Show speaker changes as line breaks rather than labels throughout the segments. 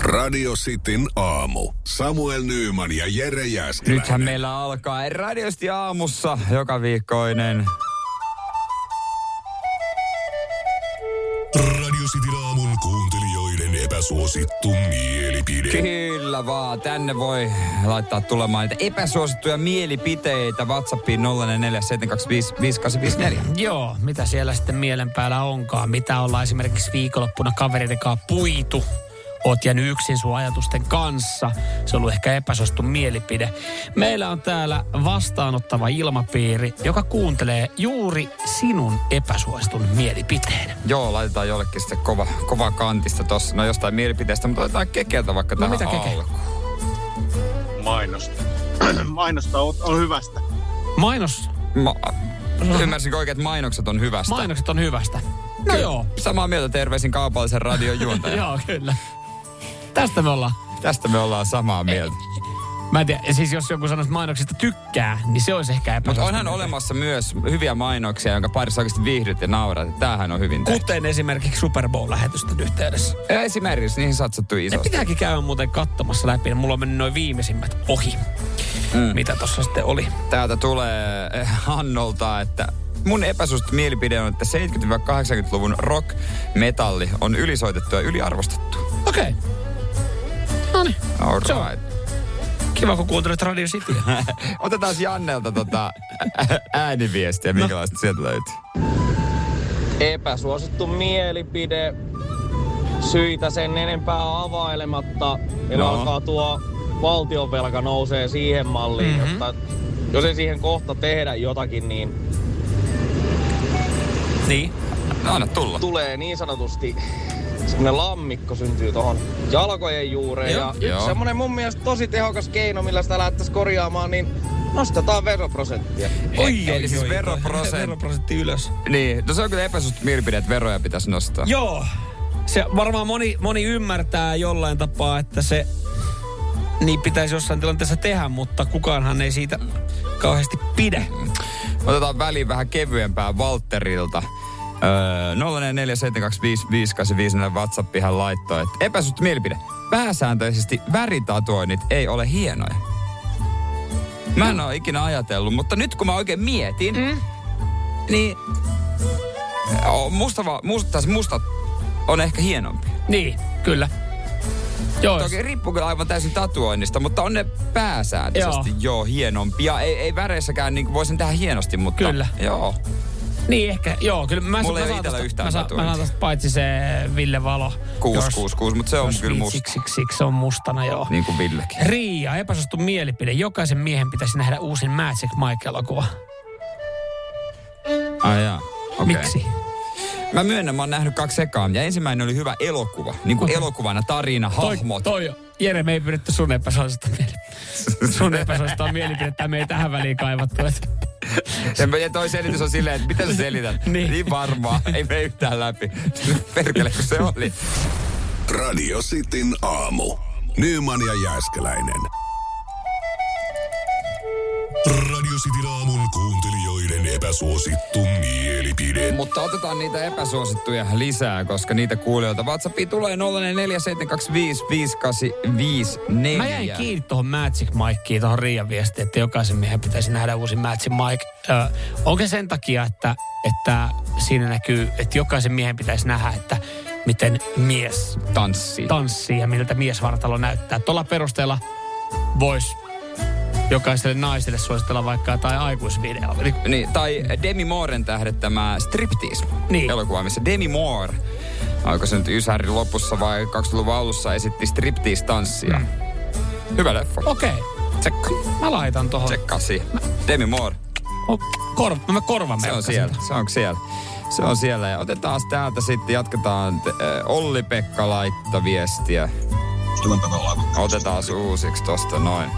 Radio Cityn aamu. Samuel Nyyman ja Jere Jääskeläinen.
Nythän meillä alkaa radiosti aamussa joka viikkoinen.
Radio Cityn aamun kuuntelijoiden epäsuosittu mielipide.
Kyllä vaan, tänne voi laittaa tulemaan niitä epäsuosittuja mielipiteitä WhatsAppiin 0447255854.
Joo, mitä siellä sitten mielen päällä onkaan. Mitä ollaan esimerkiksi viikonloppuna kavereiden kanssa puitu. Oot jäänyt yksin sun ajatusten kanssa. Se on ollut ehkä epäsuostun mielipide. Meillä on täällä vastaanottava ilmapiiri, joka kuuntelee juuri sinun epäsuostun mielipiteen.
Joo, laitetaan jollekin sitten kova, kova kantista tossa, no jostain mielipiteestä, mutta otetaan kekeltä vaikka
No
tähän
mitä Keke?
alkuun.
mainosta. mainosta on, on hyvästä.
Mainos,
Ma, ymmärsinkö oikein, että mainokset on hyvästä?
mainokset on hyvästä. No
Kyllä.
joo.
Samaa mieltä terveisin kaupallisen radion juontaja.
Joo, kyllä. Tästä me ollaan.
Tästä me ollaan samaa mieltä.
Mä en tiedä, siis jos joku sanoisi että mainoksista tykkää, niin se olisi ehkä
Mutta
epäsuosittu.
onhan olemassa myös hyviä mainoksia, jonka parissa oikeasti viihdyt ja naurat. Tämähän on hyvin tehty.
Kuten esimerkiksi Super Bowl-lähetysten yhteydessä.
Esimerkiksi niihin satsattu
Ne
isosti.
pitääkin käydä muuten katsomassa läpi. niin Mulla on mennyt noin viimeisimmät ohi, mm. mitä tossa sitten oli.
Täältä tulee eh, Hannolta, että mun epäsuosittu mielipide on, että 70-80-luvun rock-metalli on ylisoitettu ja yliarvostettu.
Okei. Okay. No niin,
All
Se on.
right.
kiva kun kuuntelet Radio Cityä.
Otetaan Jannelta tota ä- ääniviestiä, minkälaista no. sieltä löytyy.
epäsuosittu mielipide. Syitä sen enempää availematta. Meillä
No.
no. alkaa tuo valtionvelka nousee siihen malliin, mm-hmm. jotta jos ei siihen kohta tehdä jotakin, niin
niin.
No, anna tulla.
tulee niin sanotusti semmonen lammikko syntyy tohon jalkojen juureen.
Joo,
ja yksi
joo.
semmonen mun mielestä tosi tehokas keino, millä sitä lähdettäisiin korjaamaan, niin nostetaan veroprosenttia.
Oi, eli siis veroprosentti.
Veroprosentti ylös.
Niin, no se on kyllä epäsuosittu mielipide, että veroja pitäisi nostaa.
Joo. Se varmaan moni, moni ymmärtää jollain tapaa, että se niin pitäisi jossain tilanteessa tehdä, mutta kukaanhan ei siitä kauheasti pidä.
Otetaan väliin vähän kevyempää Walterilta. Öö, 0447255854 WhatsApp ihan laittoi, että epäsuht mielipide. Pääsääntöisesti väritatoinnit ei ole hienoja. Mä en oo ikinä ajatellut, mutta nyt kun mä oikein mietin, No. mm. niin Oo, musta, va- musta, mustat on ehkä hienompi.
Niin, kyllä. Joo,
Toki riippuu kyllä aivan täysin tatuoinnista, mutta on ne pääsääntöisesti joo, joo hienompia. Ei, ei väreissäkään, niin voisin tehdä hienosti, mutta
Kyllä.
joo.
Niin ehkä, joo, kyllä mä,
Mulla ei
mä
ole
saan
itellä
tosta-
yhtään
mä, saan- mä
tatuointia.
saan tosta paitsi se Ville Valo.
666, mutta se on
jos
kyllä musta.
viitsiksi- siksi se on mustana, joo.
Niin kuin Villekin.
Riia, epäsuostun mielipide. Jokaisen miehen pitäisi nähdä uusin Magic Mike-elokuva.
Ai jaa. Okay.
Miksi?
Mä myönnän, mä oon nähnyt kaksi ekaa. Ja ensimmäinen oli hyvä elokuva. Niin kuin elokuvana, tarina, hahmot.
Toi, toi, Jere, me ei pyritty sun epäsuosittua mielipidettä. Sun epäsuosittua mielipidettä me ei tähän väliin kaivattu. et-
Ja mä- Ja toi selitys on silleen, että mitä sä selität?
Niin.
niin varmaa, ei me yhtään läpi. Perkele, kun se oli.
Radio Cityn aamu. Nyman ja Jääskeläinen. Radio Cityn aamun kuuntelijoiden epäsuosittu mielipide.
Mutta otetaan niitä epäsuosittuja lisää, koska niitä kuulijoilta WhatsAppiin tulee 0447255854.
Mä jäin kiinni tuohon Magic Mikeen, tuohon Riian viestiin, että jokaisen miehen pitäisi nähdä uusi Magic Mike. Ö, onko sen takia, että, että siinä näkyy, että jokaisen miehen pitäisi nähdä, että miten mies
Tanssii.
tanssii ja miltä miesvartalo näyttää. Tuolla perusteella voisi jokaiselle naiselle suositella vaikka jotain aikuisvideoa. Eli
Niin, tai Demi Mooren tähdettämä Striptease
Niin.
elokuva, missä Demi Moore, oliko se nyt Ysärin lopussa vai 20-luvun alussa, esitti striptease-tanssia. Mm. Hyvä leffa.
Okei, okay.
Tsekka,
mä laitan tuohon.
tsekkaa siihen. Demi Moore,
Oh, Kor, mä korvan
se on
merkkasin.
siellä, se on siellä. Se on siellä ja otetaan taas täältä sitten, jatketaan. Te- äh, Olli-Pekka laittaa viestiä.
Ystävänpäivän laivan
Otetaan uusiksi tosta noin.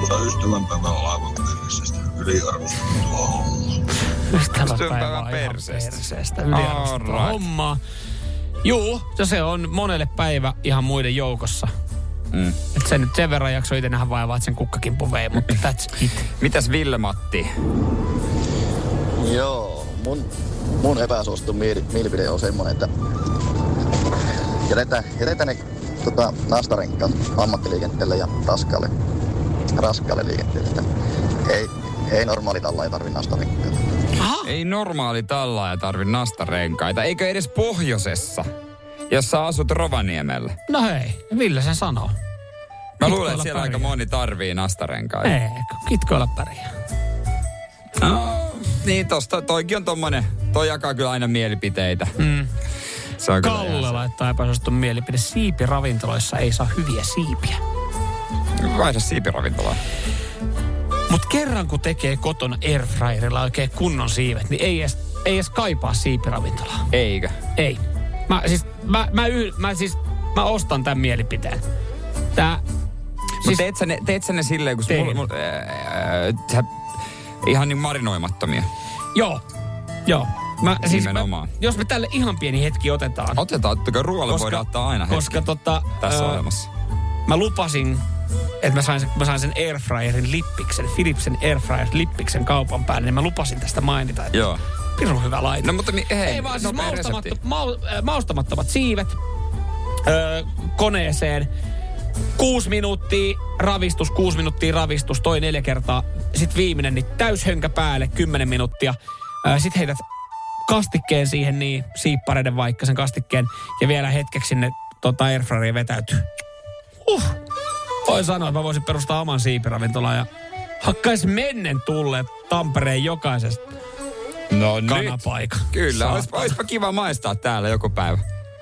Mutta ystävänpäivän laivan perheestä yliarvostettua hommaa.
Ystävänpäivä
Ystävänpäivän
on
perseestä.
perseestä. perseestä.
All
Right.
right.
hommaa. Juu, ja se on monelle päivä ihan muiden joukossa.
Mm.
Et sen nyt sen verran jakso itse nähdä vaivaa, että sen kukkakimppu vei, mutta that's it.
Mitäs Ville-Matti?
Joo, mun, mun epäsuostun mieli- mielipide on semmoinen, että jätetään, jätetään ne tota, nastarenkaat ammattiliikenteelle ja raskaalle, raskaalle liikenteelle. Että Ei, ei normaali talla ei tarvi nastarenkaita.
Ei normaali tallaaja tarvi nastarenkaita, eikö edes pohjoisessa, jossa asut Rovaniemellä.
No hei, Ville sen sanoo.
Mä
Pitää
luulen,
olla
että siellä aika
pärjää. Eh.
moni tarvii nastarenkaita.
Ei, kun kitkoilla pärjää.
No, niin tosta, toikin on tommonen, toi jakaa kyllä aina mielipiteitä. Mm. Se on kyllä ihan
Kalle laittaa epäsuostun mielipide. Siipi ravintoloissa ei saa hyviä siipiä.
se. Vaihda siipiravintolaa.
Mutta kerran kun tekee kotona airfryerilla oikein kunnon siivet, niin ei edes, ei edes kaipaa siipiravintolaa.
Eikö?
Ei. Mä siis, mä, mä, yh, mä siis, mä ostan tämän mielipiteen. Tää,
Siis
Siis-
teet sä ne, teet sä ne silleen, kun
Teen.
mul, mul, ää, sä, ihan niin marinoimattomia.
joo, joo. Mä, siis mä,
Nimenomaan.
jos me tälle ihan pieni hetki otetaan.
Otetaan, että kun ruoalle voidaan ottaa aina hetki
koska tota,
tässä
ö,
olemassa.
mä lupasin, että mä sain, sen- mä sain sen airfryerin lippiksen, Philipsen airfryer lippiksen kaupan päälle, niin mä lupasin tästä mainita, että
Joo.
pirun hyvä laite.
No mutta mi- hei,
Ei vaan siis
nopea
maustamatto,
resepti.
mau, äh, maustamattomat siivet öö, koneeseen. Kuusi minuuttia ravistus, kuusi minuuttia ravistus, toi neljä kertaa. Sitten viimeinen, niin täyshönkä päälle, kymmenen minuuttia. Sitten heität kastikkeen siihen, niin siippareiden vaikka sen kastikkeen. Ja vielä hetkeksi sinne tota, airfryeriin vetäytyy. Uh, voin sanoa, että mä voisin perustaa oman siipiravintolan ja hakkais mennen tulle Tampereen jokaisesta
No
kanapaikan.
Kyllä, ois,
Saatana.
oispa kiva maistaa täällä joku päivä.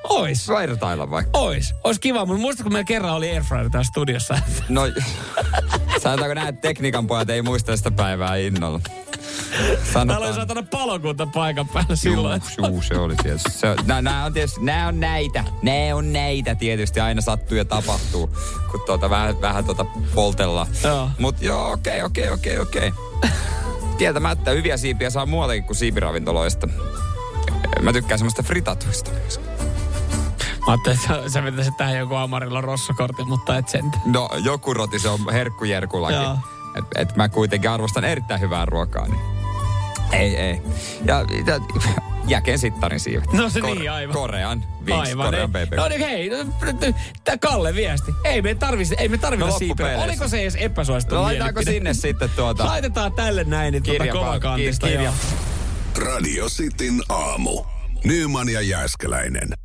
Ois.
Sairatailla vaikka.
Ois. Ois kiva, mutta muistatko, kun meillä kerran oli airfryer täällä studiossa?
No, sanotaanko näin, että tekniikan pojat ei muista sitä päivää innolla.
Täällä oli
Sanotaan.
saatana palokunta paikan päällä
Juu,
silloin.
juu, se oli tietysti. Se, nää, nää, on tietysti, nää on näitä. Nää on näitä tietysti. Aina sattuu ja tapahtuu, kun tuota, vähän, vähän tuota poltellaan.
Joo.
Mut joo, okei, okei, okei, okei. Tietämättä hyviä siipiä saa muualtakin kuin siipiravintoloista. Mä tykkään semmoista fritatuista myös.
Mä ajattelin, että sä vetäisit tähän joku Amarilla rossokortin, mutta et sen.
No, joku roti, se on
Joo.
herkkujerkullakin. Et, et mä kuitenkin arvostan erittäin hyvää ruokaa, niin ei, ei. Ja, ja jäken sittarin siivet.
No se niin, aivan.
Korean, Wings,
Aivan.
Korean
ei.
BBQ.
No niin hei, no, nyt- nyt- tää Kalle viesti. Ei me tarvitse, ei me tarvita
No,
siipeä.
loppupeleissä.
Oliko se edes epäsuosittu
No laitetaanko sinne sitten tuota...
Laitetaan tälle näin, niin tuota
Kirja-
kovakantista.
kirja-
joo.
Radio Cityn aamu. Nyman ja Jääskeläinen.